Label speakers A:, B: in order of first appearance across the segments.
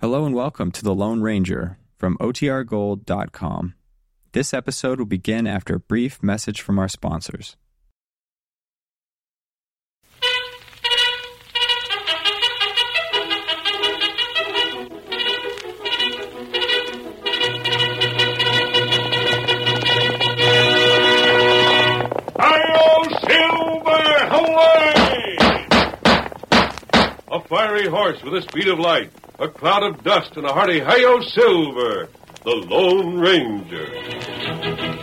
A: Hello and welcome to The Lone Ranger from OTRGold.com. This episode will begin after a brief message from our sponsors.
B: Hi-yo, Silver! Away! A fiery horse with the speed of light, a cloud of dust, and a hearty Hi-yo, Silver! The Lone Ranger.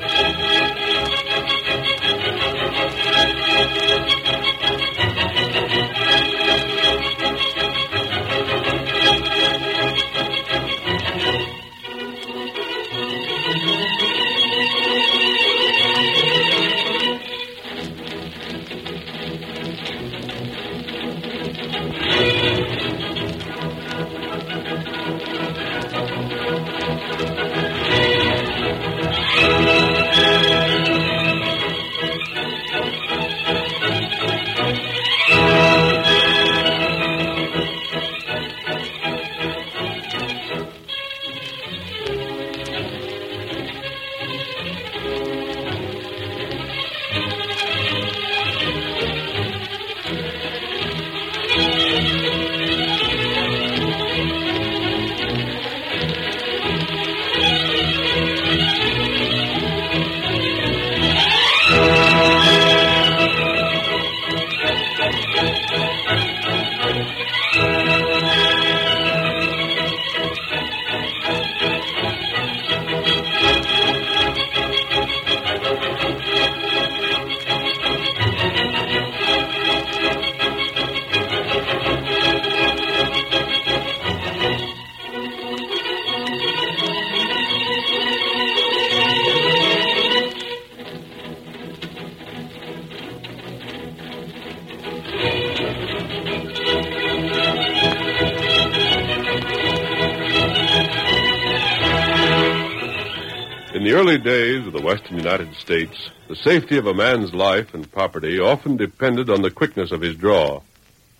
B: In the early days of the western United States, the safety of a man's life and property often depended on the quickness of his draw,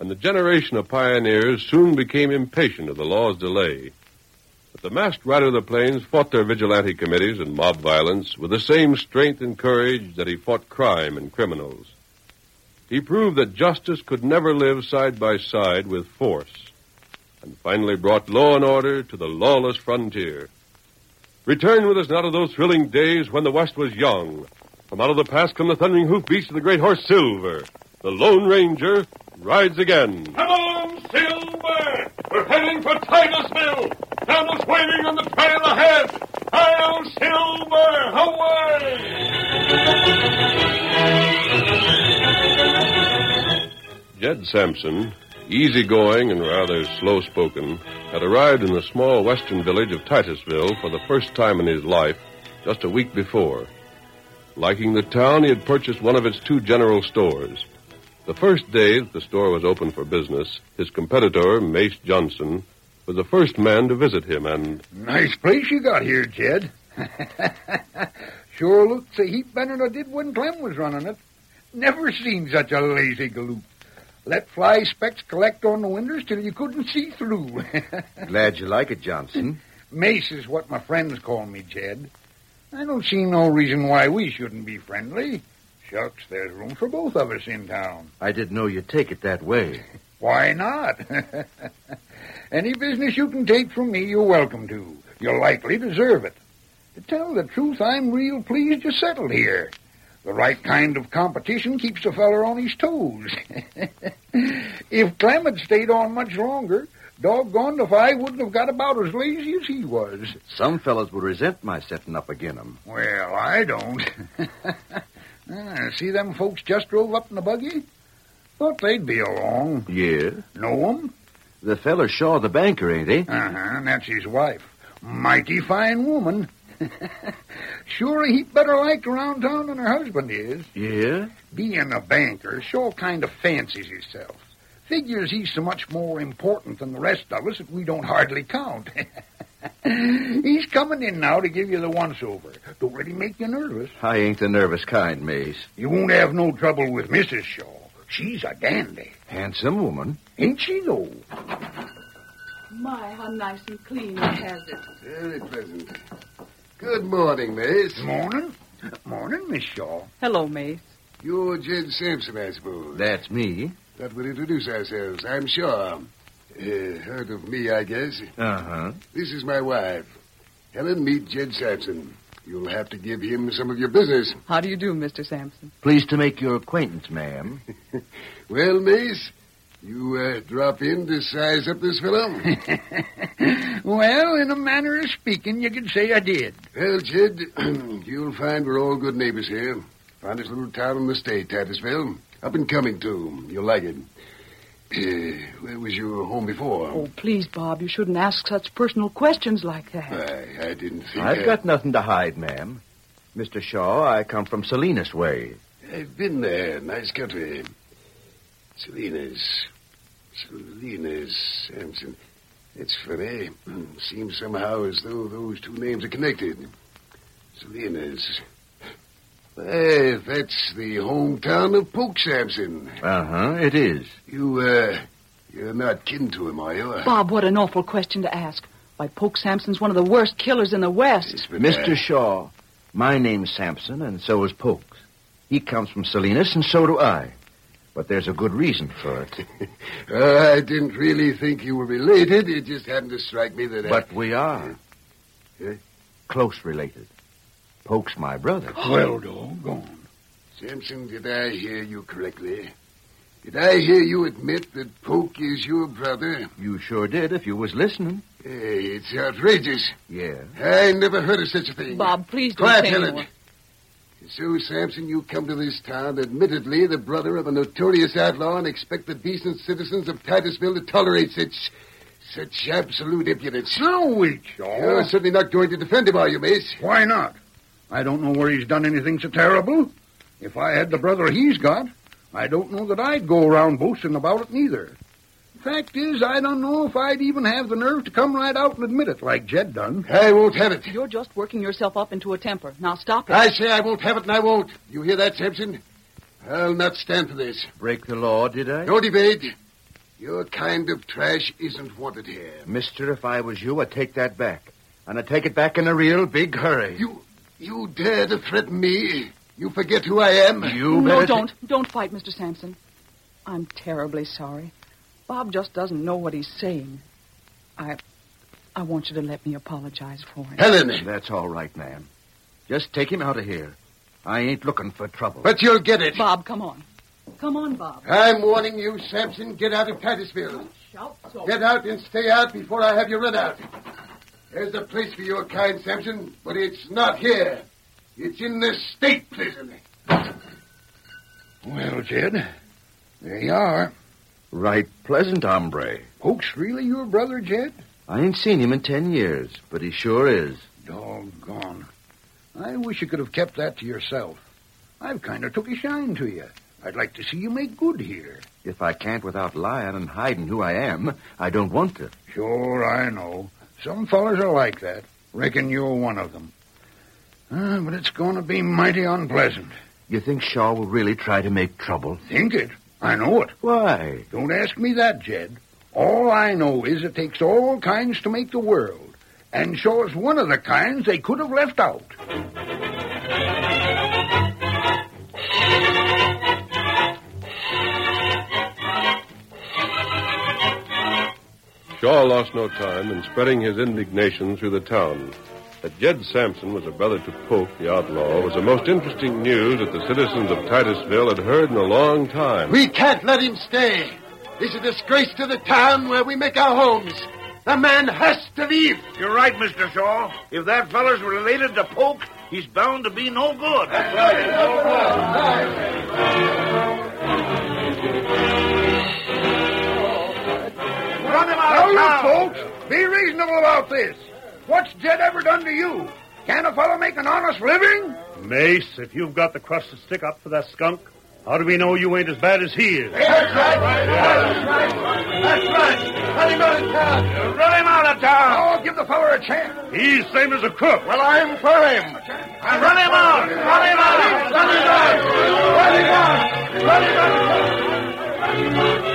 B: and the generation of pioneers soon became impatient of the law's delay. But the masked rider of the plains fought their vigilante committees and mob violence with the same strength and courage that he fought crime and criminals. He proved that justice could never live side by side with force, and finally brought law and order to the lawless frontier. Return with us now to those thrilling days when the West was young. From out of the past come the thundering hoofbeats of the great horse Silver. The Lone Ranger rides again. Come on, Silver! We're heading for Titusville! Camel's waiting on the trail ahead! I'll Silver! Away! Jed Sampson, easygoing and rather slow spoken, had arrived in the small western village of Titusville for the first time in his life just a week before. Liking the town, he had purchased one of its two general stores. The first day that the store was open for business, his competitor, Mace Johnson, was the first man to visit him, and
C: Nice place you got here, Jed. sure looks a heap better than I did when Clem was running it. Never seen such a lazy galoot. Let fly specks collect on the windows till you couldn't see through.
D: Glad you like it, Johnson.
C: Mace is what my friends call me, Jed. I don't see no reason why we shouldn't be friendly. Shucks, there's room for both of us in town.
D: I didn't know you'd take it that way.
C: Why not? Any business you can take from me, you're welcome to. You likely deserve it. To tell the truth, I'm real pleased you settled here. The right kind of competition keeps a feller on his toes. if Clem had stayed on much longer, doggone if I wouldn't have got about as lazy as he was.
D: Some fellas would resent my setting up agin 'em.
C: Well, I don't. Ah, See them folks just drove up in the buggy? Thought they'd be along.
D: Yeah?
C: Know 'em?
D: The feller Shaw the banker, ain't he?
C: Uh huh. That's his wife. Mighty fine woman. sure, a heap better liked around town than her husband is.
D: Yeah?
C: Being a banker, Shaw kind of fancies himself. Figures he's so much more important than the rest of us that we don't hardly count. he's coming in now to give you the once over. Don't let him make you nervous.
D: I ain't the nervous kind, Mace.
C: You won't have no trouble with Mrs. Shaw. She's a dandy.
D: Handsome woman.
C: Ain't she, though?
E: My, how nice and clean it has it.
F: Very pleasant. Good morning, Mace.
C: Morning. Morning, Miss Shaw.
E: Hello, Mace.
F: You're Jed Sampson, I suppose.
D: That's me.
F: That will introduce ourselves, I'm sure. Uh, heard of me, I guess.
D: Uh huh.
F: This is my wife. Helen, meet Jed Sampson. You'll have to give him some of your business.
E: How do you do, Mr. Sampson?
D: Pleased to make your acquaintance, ma'am.
F: Well, Mace, you uh, drop in to size up this fellow?
C: well, in a manner of speaking, you could say I did.
F: well, Jed, you'll find we're all good neighbors here. Finest little town in the state, Tattersville. Up and coming, too. You'll like it. Uh, where was your home before?
E: Oh, please, Bob, you shouldn't ask such personal questions like that.
F: I, I didn't think.
D: I've
F: I-
D: got nothing to hide, ma'am. Mr. Shaw, I come from Salinas Way.
F: I've been there. Nice country. Salinas. Salinas Sampson. It's funny. Seems somehow as though those two names are connected. Salinas. Hey, that's the hometown of Polk Sampson.
D: Uh huh, it is.
F: You, uh, you're not kin to him, are you?
E: Bob, what an awful question to ask. Why, Polk Sampson's one of the worst killers in the West.
F: Yes, but, uh,
D: Mr. Shaw, my name's Sampson, and so is Polk's. He comes from Salinas, and so do I. But there's a good reason for it.
F: oh, I didn't really think you were related. It just happened to strike me that. I-
D: But we are.
F: Eh?
D: Close related. Polk's my brother.
F: Oh,
C: Well, doggone.
F: Sampson, did I hear you correctly? Did I hear you admit that Polk is your brother?
D: You sure did, if you was listening.
F: Hey, it's outrageous.
D: Yeah.
F: I never heard of such a thing.
E: Bob, please don't
F: Quiet,
E: say any more.
F: Helen. So, Sampson, you come to this town admittedly the brother of a notorious outlaw and expect the decent citizens of Titusville to tolerate such such absolute impudence.
C: So weak,
F: You're
C: Shaw.
F: certainly not going to defend him, are you, Mace?
C: Why not? I don't know where he's done anything so terrible. If I had the brother he's got, I don't know that I'd go around boasting about it neither. Fact is, I don't know if I'd even have the nerve to come right out and admit it like Jed done.
F: I won't have it.
E: You're just working yourself up into a temper. Now stop it.
F: I say I won't have it, and I won't. You hear that, Sampson? I'll not stand for this.
D: Break the law, did I?
F: No debate. Your kind of trash isn't wanted here.
D: Mister, if I was you, I'd take that back. And I'd take it back in a real big hurry.
F: You, you dare to threaten me? You forget who I am?
D: You
E: no,
D: better-
E: don't. Don't fight, Mr. Sampson. I'm terribly sorry. Bob just doesn't know what he's saying. I. I want you to let me apologize for him.
F: Helen,
D: That's all right, ma'am. Just take him out of here. I ain't looking for trouble.
F: but you'll get it.
E: Bob, come on. Come on, Bob.
F: I'm warning you, Sampson. Get out of Titusville.
E: Shout so.
F: Get out and stay out before I have you run out. There's a place for your kind, Sampson, but it's not here. It's in the state prison.
C: Well, Jed, there you are.
D: Right pleasant, hombre.
C: Polk's really your brother, Jed?
D: I ain't seen him in ten years, but he sure is.
C: Doggone. I wish you could have kept that to yourself. I've kind of took a shine to you. I'd like to see you make good here.
D: If I can't without lying and hiding who I am, I don't want to.
C: Sure, I know. Some fellers are like that. Reckon you're one of them. Ah, but it's going to be mighty unpleasant.
D: You think Shaw will really try to make trouble?
C: Think it. I know it.
D: Why?
C: Don't ask me that, Jed. All I know is it takes all kinds to make the world, and Shaw's one of the kinds they could have left out.
B: Shaw lost no time in spreading his indignation through the town. That Jed Sampson was a brother to Polk, the outlaw, was the most interesting news that the citizens of Titusville had heard in a long time.
F: We can't let him stay. It's a disgrace to the town where we make our homes. The man has to leave.
G: You're right, Mr. Shaw. If that fellow's related to Polk, he's bound to be no good. Run him out
C: Now,
G: of town.
C: look, folks, be reasonable about this. What's Jed ever done to you? Can a fellow make an honest living?
H: Mace, if you've got the crust to stick up for that skunk, how do we know you ain't as bad as he is?
G: Run him out of town.
C: I'll give the feller a chance.
H: He's same as a crook.
G: Well, I'm for him. Run him out. Run him out. Run him out. Run him out. Run him out.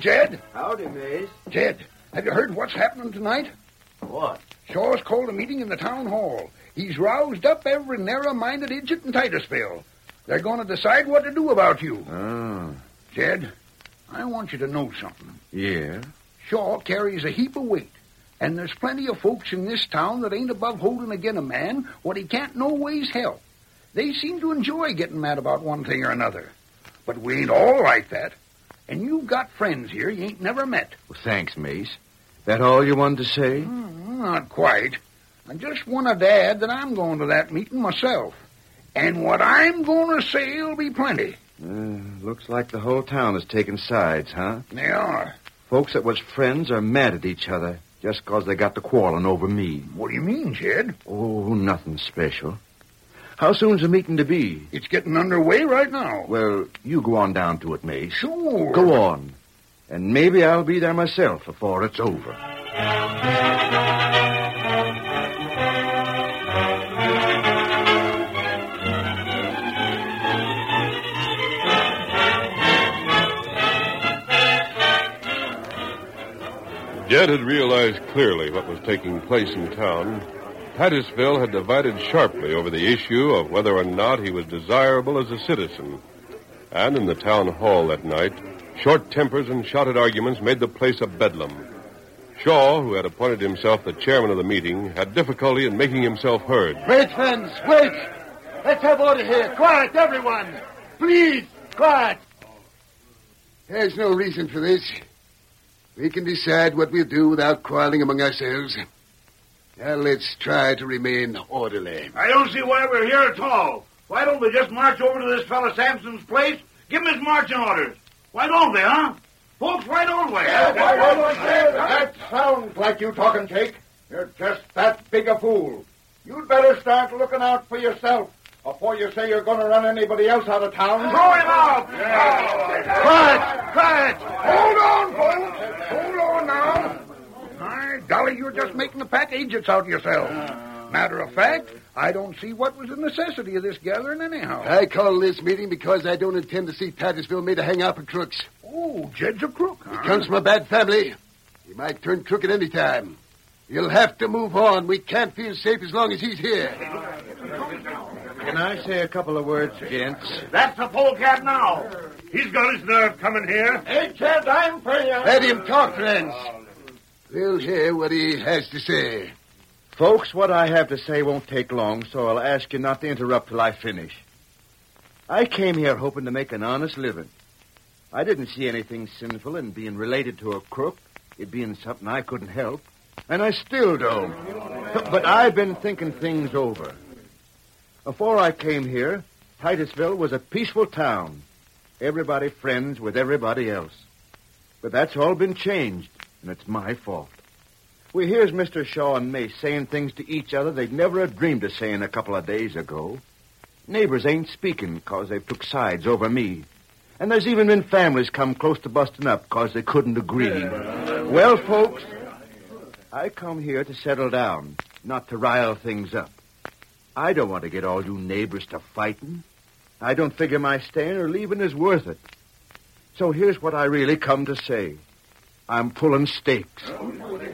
C: Jed?
D: Howdy, Maze.
C: Jed, have you heard what's happening tonight?
D: What?
C: Shaw's called a meeting in the town hall. He's roused up every narrow-minded idiot in Titusville. They're going to decide what to do about you.
D: Oh,
C: Jed, I want you to know something.
D: yeah.
C: Shaw carries a heap of weight, and there's plenty of folks in this town that ain't above holding again a man what he can't no ways help. They seem to enjoy getting mad about one thing or another. But we ain't all like that. And you've got friends here you ain't never met.
D: Well, thanks, Mace. That all you wanted to say?
C: Mm, Not quite. I just wanted to add that I'm going to that meeting myself. And what I'm going to say'll be plenty.
D: Uh, looks like the whole town has taken sides, huh?
C: They are.
D: Folks that was friends are mad at each other just 'cause they got to quarreling over me.
C: What do you mean, Jed?
D: Oh, nothing special. How soon's the meeting to be?
C: It's getting underway right now.
D: Well, you go on down to it, Mace.
C: Sure.
D: Go on. And maybe I'll be there myself before it's over.
B: Jed had realized clearly what was taking place in town. Titusville had divided sharply over the issue of whether or not he was desirable as a citizen. And in the town hall that night, short tempers and shouted arguments made the place a bedlam. Shaw, who had appointed himself the chairman of the meeting, had difficulty in making himself heard.
G: Wait, friends, wait. Let's have order here. Quiet, everyone. Please, quiet.
F: There's no reason for this. We can decide what we'll do without quarreling among ourselves. Now let's try to remain orderly.
H: I don't see why we're here at all. Why don't we just march over to this fella Sampson's place? Give him his marching orders. Why don't we, huh? Folks, why don't we?
G: That sounds like you talking, Jake. You're just that big a fool. You'd better start looking out for yourself before you say you're going to run anybody else out of town.
H: Throw him out! Quiet! Quiet!
C: Hold on, folks. Hold on now. My golly, you're just making the pack agents out of yourselves. Matter of fact, I don't see what was the necessity of this gathering anyhow.
F: I call this meeting because I don't intend to see Titusville made a hangout for crooks.
C: Oh, Jed's a crook, huh?
F: He comes from a bad family. He might turn crook at any time. You'll have to move on. We can't feel safe as long as he's here.
D: Can I say a couple of words, gents?
H: That's the polecat now. He's got his nerve coming here.
G: Hey, Jed, I'm for you.
F: Let him talk, friends. We'll hear what he has to say.
D: Folks, what I have to say won't take long, so I'll ask you not to interrupt till I finish. I came here hoping to make an honest living. I didn't see anything sinful in being related to a crook, it being something I couldn't help, and I still don't. But I've been thinking things over. Before I came here, Titusville was a peaceful town. Everybody friends with everybody else. But that's all been changed, and it's my fault. We hears Mr. Shaw and Mace saying things to each other they'd never have dreamed of saying a couple of days ago. Neighbors ain't speaking 'cause they've took sides over me. And there's even been families come close to busting up 'cause they couldn't agree. Well, folks, I come here to settle down, not to rile things up. I don't want to get all you neighbors to fighting. I don't figure my staying or leaving is worth it. So here's what I really come to say. I'm pulling stakes.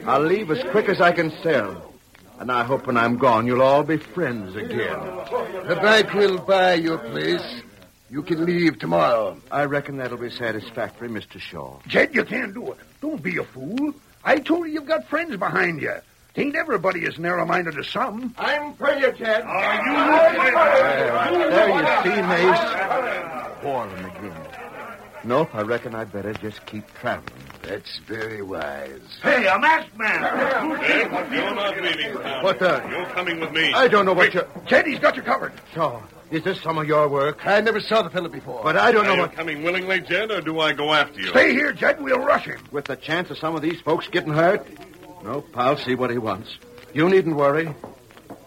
D: I'll leave as quick as I can sell. And I hope when I'm gone, you'll all be friends again.
F: The bank will buy your place. You can leave tomorrow.
D: I reckon that'll be satisfactory, Mr. Shaw.
C: Jed, you can't do it. Don't be a fool. I told you you've got friends behind you. Ain't everybody as narrow-minded as some.
G: I'm for you, Jed.
D: There you see, Mace. Quarreling again. Nope, I reckon I'd better just keep traveling.
F: That's very wise.
H: Hey, a masked man.
B: You're not leaving town.
D: What the?
B: You're coming with me.
D: I don't know what you're.
C: Jed, he's got you covered.
D: Shaw, is this some of your work?
F: I never saw the fellow before.
D: But I don't know what.
B: coming willingly, Jed, or do I go after you?
C: Stay here, Jed. We'll rush him.
D: With the chance of some of these folks getting hurt? Nope, I'll see what he wants. You needn't worry.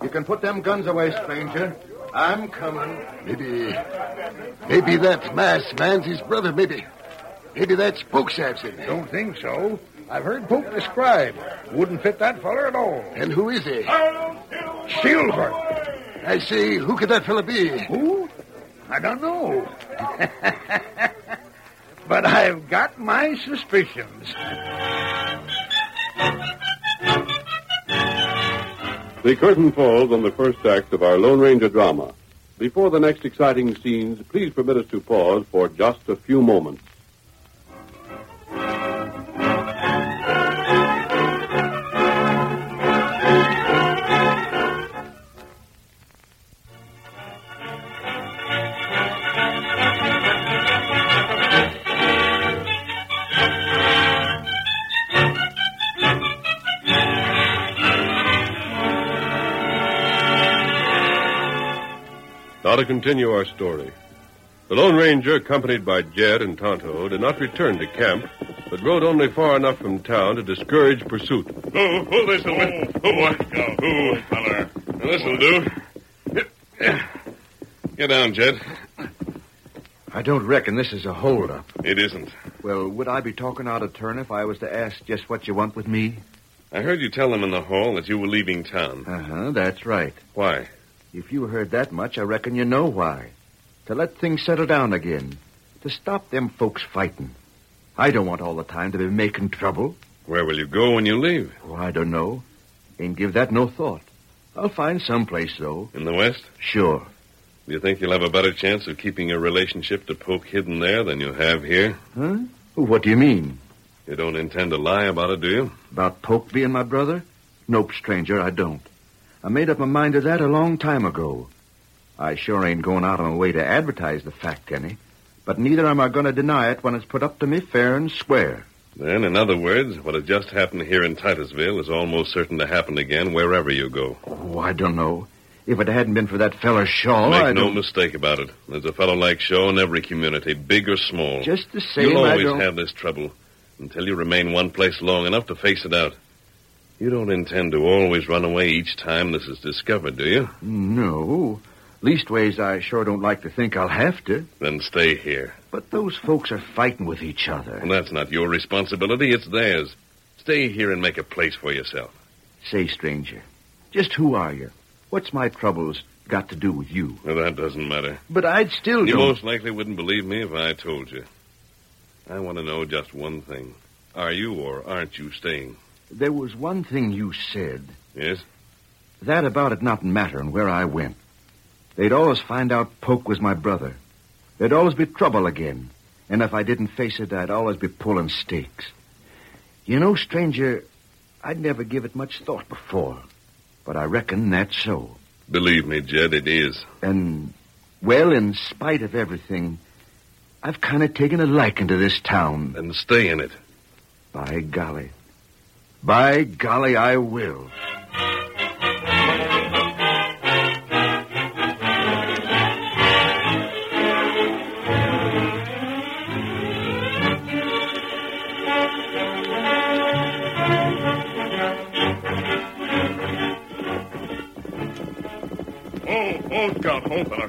D: You can put them guns away, stranger. I'm coming.
F: Maybe. Maybe that masked man's his brother, maybe. Maybe that's Poke Sampson.
C: Don't think so. I've heard Pope described. Wouldn't fit that feller at all.
F: And who is he?
C: Silver.
F: I say, who could that fellow be?
C: Who? I don't know.
I: But I've got my suspicions.
J: The curtain falls on the first act of our Lone Ranger drama. Before the next exciting scenes, please permit us to pause for just a few moments. Now to continue our story. The Lone Ranger, accompanied by Jed and Tonto, did not return to camp, but rode only far enough from town to discourage pursuit.
B: Oh, oh, listen. Oh, oh, oh, feller. Now, listen, dude. Get down, Jed.
D: I don't reckon this is a holdup.
B: It isn't.
D: Well, would I be talking out of turn if I was to ask just what you want with me?
B: I heard you tell them in the hall that you were leaving town.
D: Uh huh, that's right.
B: Why?
D: If you heard that much, I reckon you know why. To let things settle down again. To stop them folks fighting. I don't want all the time to be making trouble.
B: Where will you go when you leave?
D: Oh, I don't know. Ain't give that no thought. I'll find some place, though.
B: In the West?
D: Sure.
B: Do you think you'll have a better chance of keeping your relationship to Polk hidden there than you have here?
D: Huh? What do you mean?
B: You don't intend to lie about it, do you?
D: About Polk being my brother? Nope, stranger, I don't. I made up my mind to that a long time ago. I sure ain't going out of my way to advertise the fact any, but neither am I going to deny it when it's put up to me fair and square.
B: Then, in other words, what had just happened here in Titusville is almost certain to happen again wherever you go.
D: Oh, I don't know. If it hadn't been for that feller Shaw,
B: Make
D: I
B: no
D: don't...
B: mistake about it. There's a fellow like Shaw in every community, big or small.
D: just the same.
B: You'll
D: I
B: always
D: don't...
B: have this trouble until you remain one place long enough to face it out. You don't intend to always run away each time this is discovered, do you?
D: No. Leastways, I sure don't like to think I'll have to.
B: Then stay here.
D: But those folks are fighting with each other.
B: Well, that's not your responsibility, it's theirs. Stay here and make a place for yourself.
D: Say, stranger, just who are you? What's my troubles got to do with you?
B: Well, that doesn't matter.
D: But I'd still
B: You
D: don't-
B: most likely wouldn't believe me if I told you. I want to know just one thing. Are you or aren't you staying?
D: There was one thing you said.
B: Yes?
D: That about it not mattering where I went. They'd always find out Polk was my brother. There'd always be trouble again. And if I didn't face it, I'd always be pulling stakes. You know, stranger, I'd never give it much thought before. But I reckon that's so.
B: Believe me, Jed, it is.
D: And, well, in spite of everything, I've kind of taken a liking to this town.
B: And stay in it.
D: By golly. By golly, I will.
B: Oh, oh, Scout, home, fella.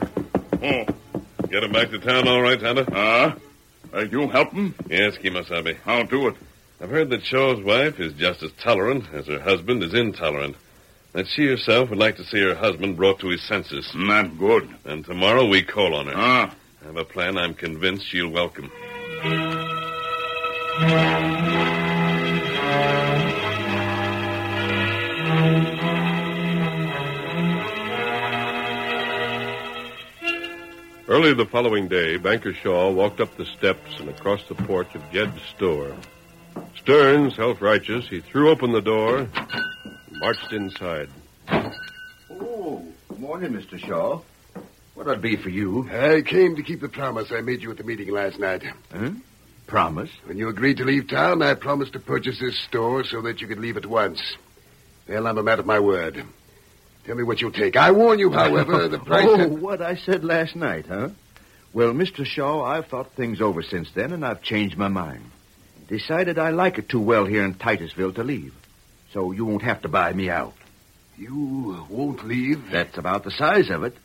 B: Oh. Get him back to town all right, Tonto? Ah? Uh, you help him? Yes, Kimasabi. I'll do it. I've heard that Shaw's wife is just as tolerant as her husband is intolerant. That she herself would like to see her husband brought to his senses. Not good. And tomorrow we call on her. Ah. I have a plan I'm convinced she'll welcome.
J: Early the following day, Banker Shaw walked up the steps and across the porch of Jed's store. Stern, self righteous, he threw open the door and marched inside.
D: Oh, good morning, Mr. Shaw. What'd I be for you?
C: I came to keep the promise I made you at the meeting last night.
D: Promise?
C: When you agreed to leave town, I promised to purchase this store so that you could leave at once. Well, I'm a man of my word. Tell me what you'll take. I warn you, however, the price.
D: Oh, what I said last night, huh? Well, Mr. Shaw, I've thought things over since then, and I've changed my mind. Decided I like it too well here in Titusville to leave. So you won't have to buy me out.
C: You won't leave?
D: That's about the size of it.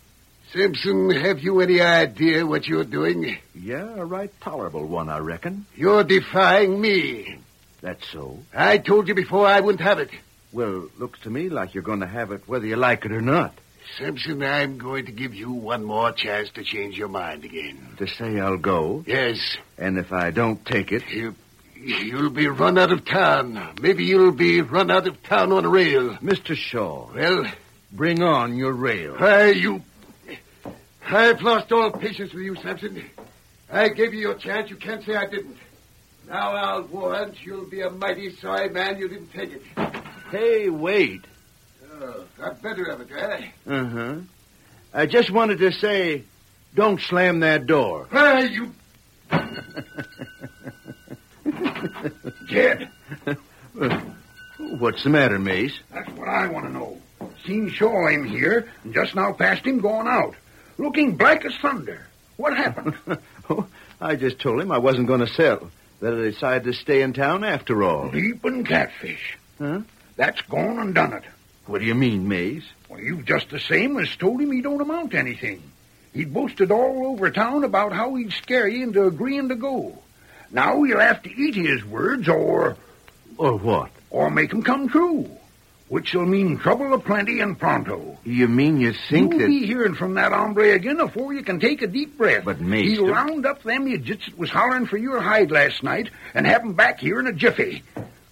C: Simpson, have you any idea what you're doing?
D: Yeah, a right tolerable one, I reckon.
C: You're defying me.
D: That's so.
C: I told you before I wouldn't have it.
D: Well, looks to me like you're going to have it whether you like it or not.
F: Simpson, I'm going to give you one more chance to change your mind again.
D: To say I'll go,
F: Yes,
D: and if I don't take it,
F: you, you'll be run out of town. Maybe you'll be run out of town on a rail.
D: Mr. Shaw,
F: Well,
D: bring on your rail.
F: I, you. I've lost all patience with you, Sampson. I gave you your chance. You can't say I didn't. Now I'll warrant you'll be a mighty sorry man you didn't take it.
D: Hey, wait.
F: Oh, got better of it, eh?
D: Uh huh. I just wanted to say, don't slam that door.
F: Hey, you.
C: Jed,
D: What's the matter, Mace?
C: that's what I want to know. Seen Shaw in here, and just now passed him going out, looking black as thunder. What happened?
D: oh, I just told him I wasn't going to sell. That I decided to stay in town after all.
C: Leaping catfish.
D: Huh?
C: That's gone and done it.
D: What do you mean, Mace?
C: Well, you've just the same as told him he don't amount to anything. He boasted all over town about how he'd scare you into agreeing to go. Now you'll have to eat his words or
D: Or what?
C: or make 'em come true, which'll mean trouble aplenty and pronto.
D: You mean you think
C: You'll
D: that.
C: be hearing from that hombre again afore you can take a deep breath.
D: But, mister-
C: He'll round up them idiots that was hollering for your hide last night and have 'em back here in a jiffy.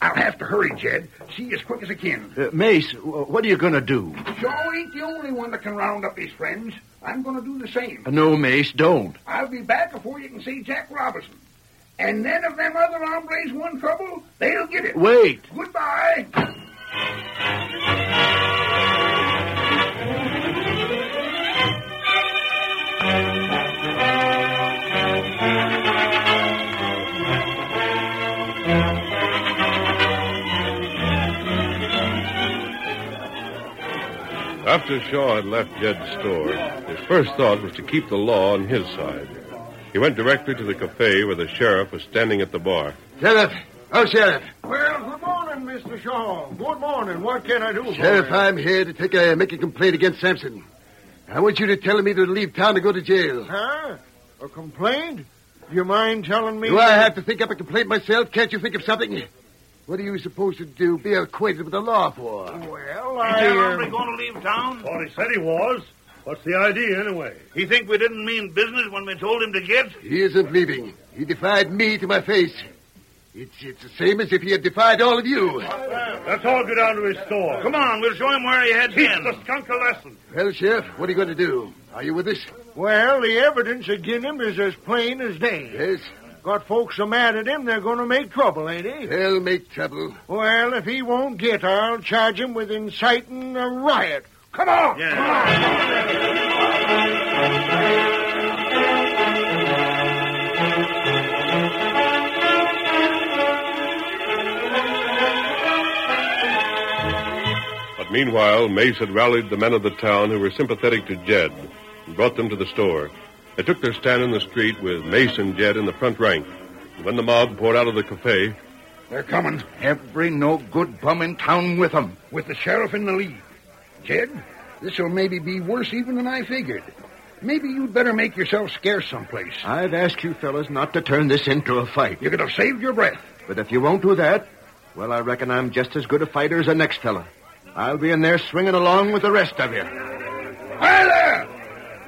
C: I'll have to hurry, Jed. See you as quick as I can.
D: Uh, Mace, wh- what are you going to do?
C: Shaw ain't the only one that can round up his friends. I'm going to do the same.
D: Uh, No, Mace, don't.
C: I'll be back afore you can see Jack Robinson. And then if them other hombres want trouble, they'll get it.
D: Wait.
C: Goodbye.
B: After Shaw had left Jed's store, his first thought was to keep the law on his side. He went directly to the cafe where the sheriff was standing at the bar.
D: Sheriff. Oh, Sheriff.
G: Well, good morning, Mr. Shaw. Good morning. What can I do for
F: Sheriff,
G: you?
F: I'm here to take a, make a complaint against Sampson. I want you to tell him he to leave town and go to jail.
G: Huh? A complaint? Do you mind telling me?
F: Do I have to think up a complaint myself? Can't you think of something? What are you supposed to do? Be acquainted with the law for?
G: Well,
H: Is that
G: I.
H: hombre
G: um,
H: going to leave town?
K: Thought he said he was. What's the idea, anyway?
H: He think we didn't mean business when we told him to get?
F: He isn't leaving. He defied me to my face. It's, it's the same as if he had defied all of you.
K: Let's all go down to his store.
H: Come on, we'll show him where he had
K: Teach
H: been.
K: the skunk a lesson.
F: Well, Sheriff, what are you going to do? Are you with us?
G: Well, the evidence against him is as plain as day.
F: Yes.
G: Got folks so mad at him, they're going to make trouble, ain't they?
F: They'll make trouble.
G: Well, if he won't get, I'll charge him with inciting a riot. Come on!
B: But meanwhile, Mace had rallied the men of the town who were sympathetic to Jed and brought them to the store. They took their stand in the street with Mace and Jed in the front rank. And when the mob poured out of the cafe,
C: They're coming
D: Every no good bum in town with him.
C: with the sheriff in the lead. Jed, this'll maybe be worse even than I figured. Maybe you'd better make yourself scarce someplace.
D: I've asked you fellas not to turn this into a fight.
C: You could have saved your breath.
D: But if you won't do that, well, I reckon I'm just as good a fighter as the next fella. I'll be in there swinging along with the rest of you.
C: Hi there!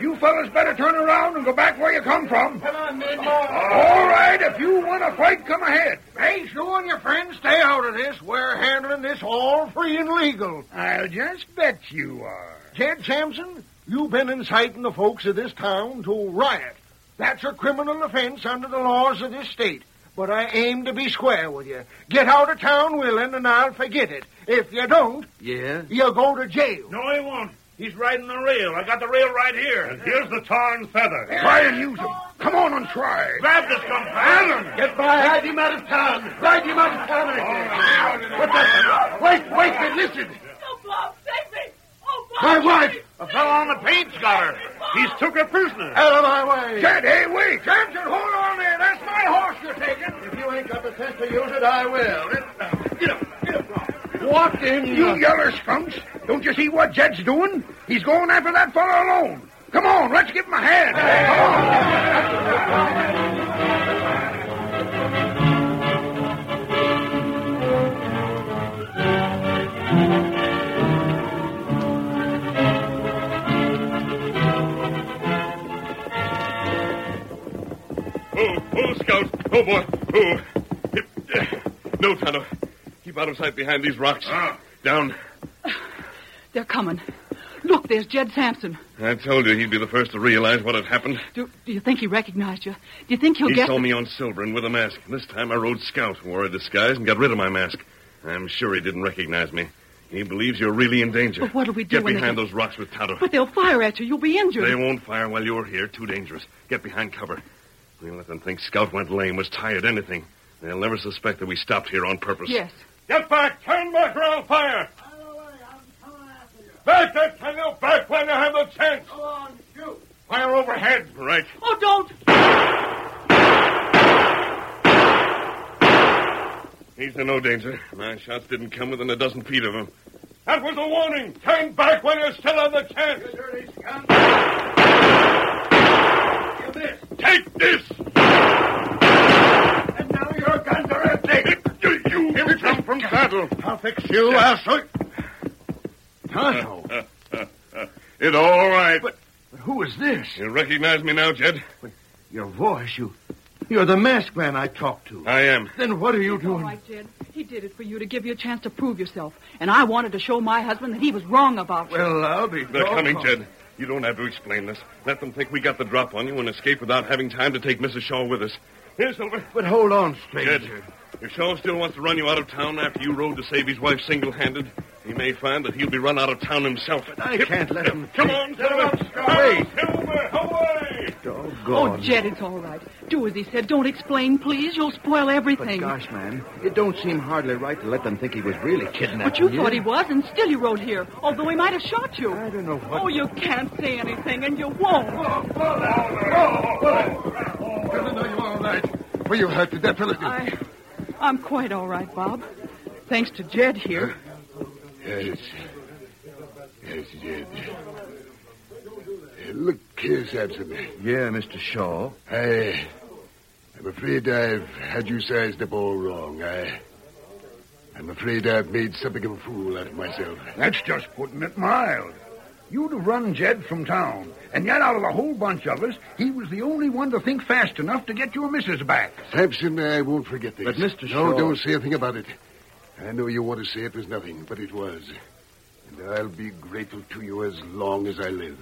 C: You fellas better turn around and go back where you come from. Come on, All right, if you want to fight, come ahead.
G: Hey, you and your friends, stay out of this. We're handling this all free and legal.
C: I'll just bet you are.
G: Jed Sampson, you've been inciting the folks of this town to riot. That's a criminal offense under the laws of this state. But I aim to be square with you. Get out of town willing, and I'll forget it. If you don't,
D: Yeah?
G: you'll go to jail.
H: No, he won't. He's riding the rail. I got the rail right here.
K: And here's the tar and feather.
C: Try and use them. Come on and try.
H: Grab this skunk. Grab him.
F: Get by. Ride him out of town. Ride him out of town. I say. What the? Wait, wait, but listen.
E: Oh, Bob, save me! Oh,
F: My wife.
H: A fellow on the paint's got her. He's took her prisoner.
F: Out of my way.
C: Jed, hey, wait. Samson, hold on there. That's my horse you're taking.
F: If you ain't got the sense to use it, I will. Get up. Get up. What in
C: You yeller skunks. Don't you see what Jed's doing? He's going after that fellow alone. Come on, let's give him a hand.
B: Oh, boy. Oh. No, Tonto. Keep out of sight behind these rocks. Down.
E: They're coming. Look, there's Jed Sampson.
B: I told you he'd be the first to realize what had happened.
E: Do, do you think he recognized you? Do you think he'll
B: he
E: get
B: saw me on silver and with a mask. This time I rode scout, wore a disguise, and got rid of my mask. I'm sure he didn't recognize me. He believes you're really in danger.
E: But what'll we do
B: Get
E: when they-
B: behind those rocks with Tonto.
E: But they'll fire at you. You'll be injured.
B: They won't fire while you're here. Too dangerous. Get behind cover. We let them think Scout went lame, was tired, anything. They'll never suspect that we stopped here on purpose.
E: Yes.
L: Get back! Turn back or I'll fire! Back that tunnel! Back when I have the chance! Go on, shoot! Fire overhead!
B: Right.
E: Oh, don't.
B: He's in no danger. My shots didn't come within a dozen feet of him.
L: That was a warning! Turn back when you still have the chance! You dirty
B: Take this!
L: And now your guns are empty!
B: You, you
L: Here we come from saddle! I'll fix you, I'll shoot!
C: Oh,
L: Tonto!
B: It's all right. But
D: Who is this?
B: you recognize me now, Jed?
D: Your voice, you. You're the masked man I talked to.
G: Uh,
B: I am.
D: Then what are you
E: All
D: doing?
E: right, Jed. He did it for you to give you a chance to prove yourself. And I wanted to show my husband that he was wrong about you.
D: Well, I'll be.
B: They're
D: doggone.
B: coming, Jed. You don't have to explain this. Let them think we got the drop on you and escape without having time to take Mrs. Shaw with us. Here, Silver.
D: But hold on, stranger.
B: Jed, if Shaw still wants to run you out of town after you rode to save his wife single-handed, he may find that he'll be run out of town himself.
D: I can't let him.
B: Come on, Silver.
D: Wait.
B: Silver, away!
E: oh,
D: Doggone.
E: Jed, it's all right. Do as he said. Don't explain, please. You'll spoil
D: But
E: everything.
D: gosh, man, it don't seem hardly right to let them think he was really kidnapped.
E: But you thought he was, and still you rode here, although he might have shot you.
D: I don't know what.
E: Oh, you can't say anything, and you won't.
C: oh, I know you are all right. Were you hurt? Did that fella do?
E: I, I'm quite all right, Bob. Thanks to Jed here.
C: Yes. Yes, he did. Uh, Look here, Sampson.
D: Yeah, Mr. Shaw.
C: I. I'm afraid I've had you sized up all wrong. I. I'm afraid I've made something of a fool out of myself.
M: That's just putting it mild. You'd have run Jed from town, and yet out of the whole bunch of us, he was the only one to think fast enough to get your missus back.
C: Sampson, I won't forget this.
D: But, Mr.
C: No,
D: Shaw-
C: don't say a thing about it. I know you want to say it was nothing, but it was. And I'll be grateful to you as long as I live.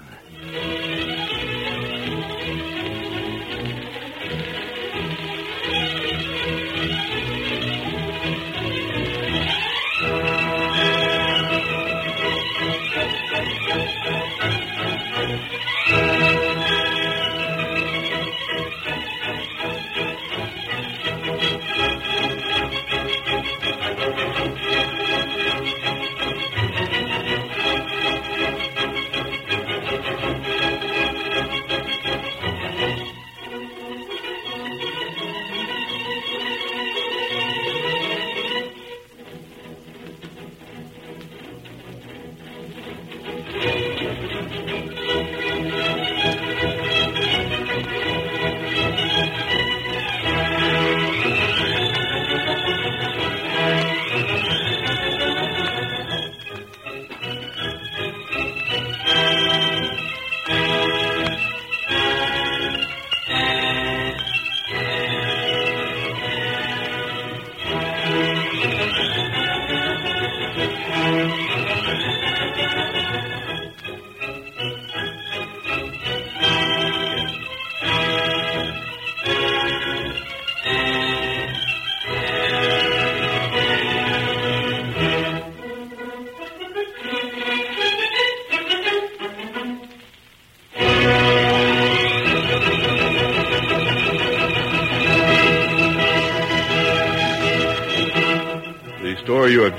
N: The story you have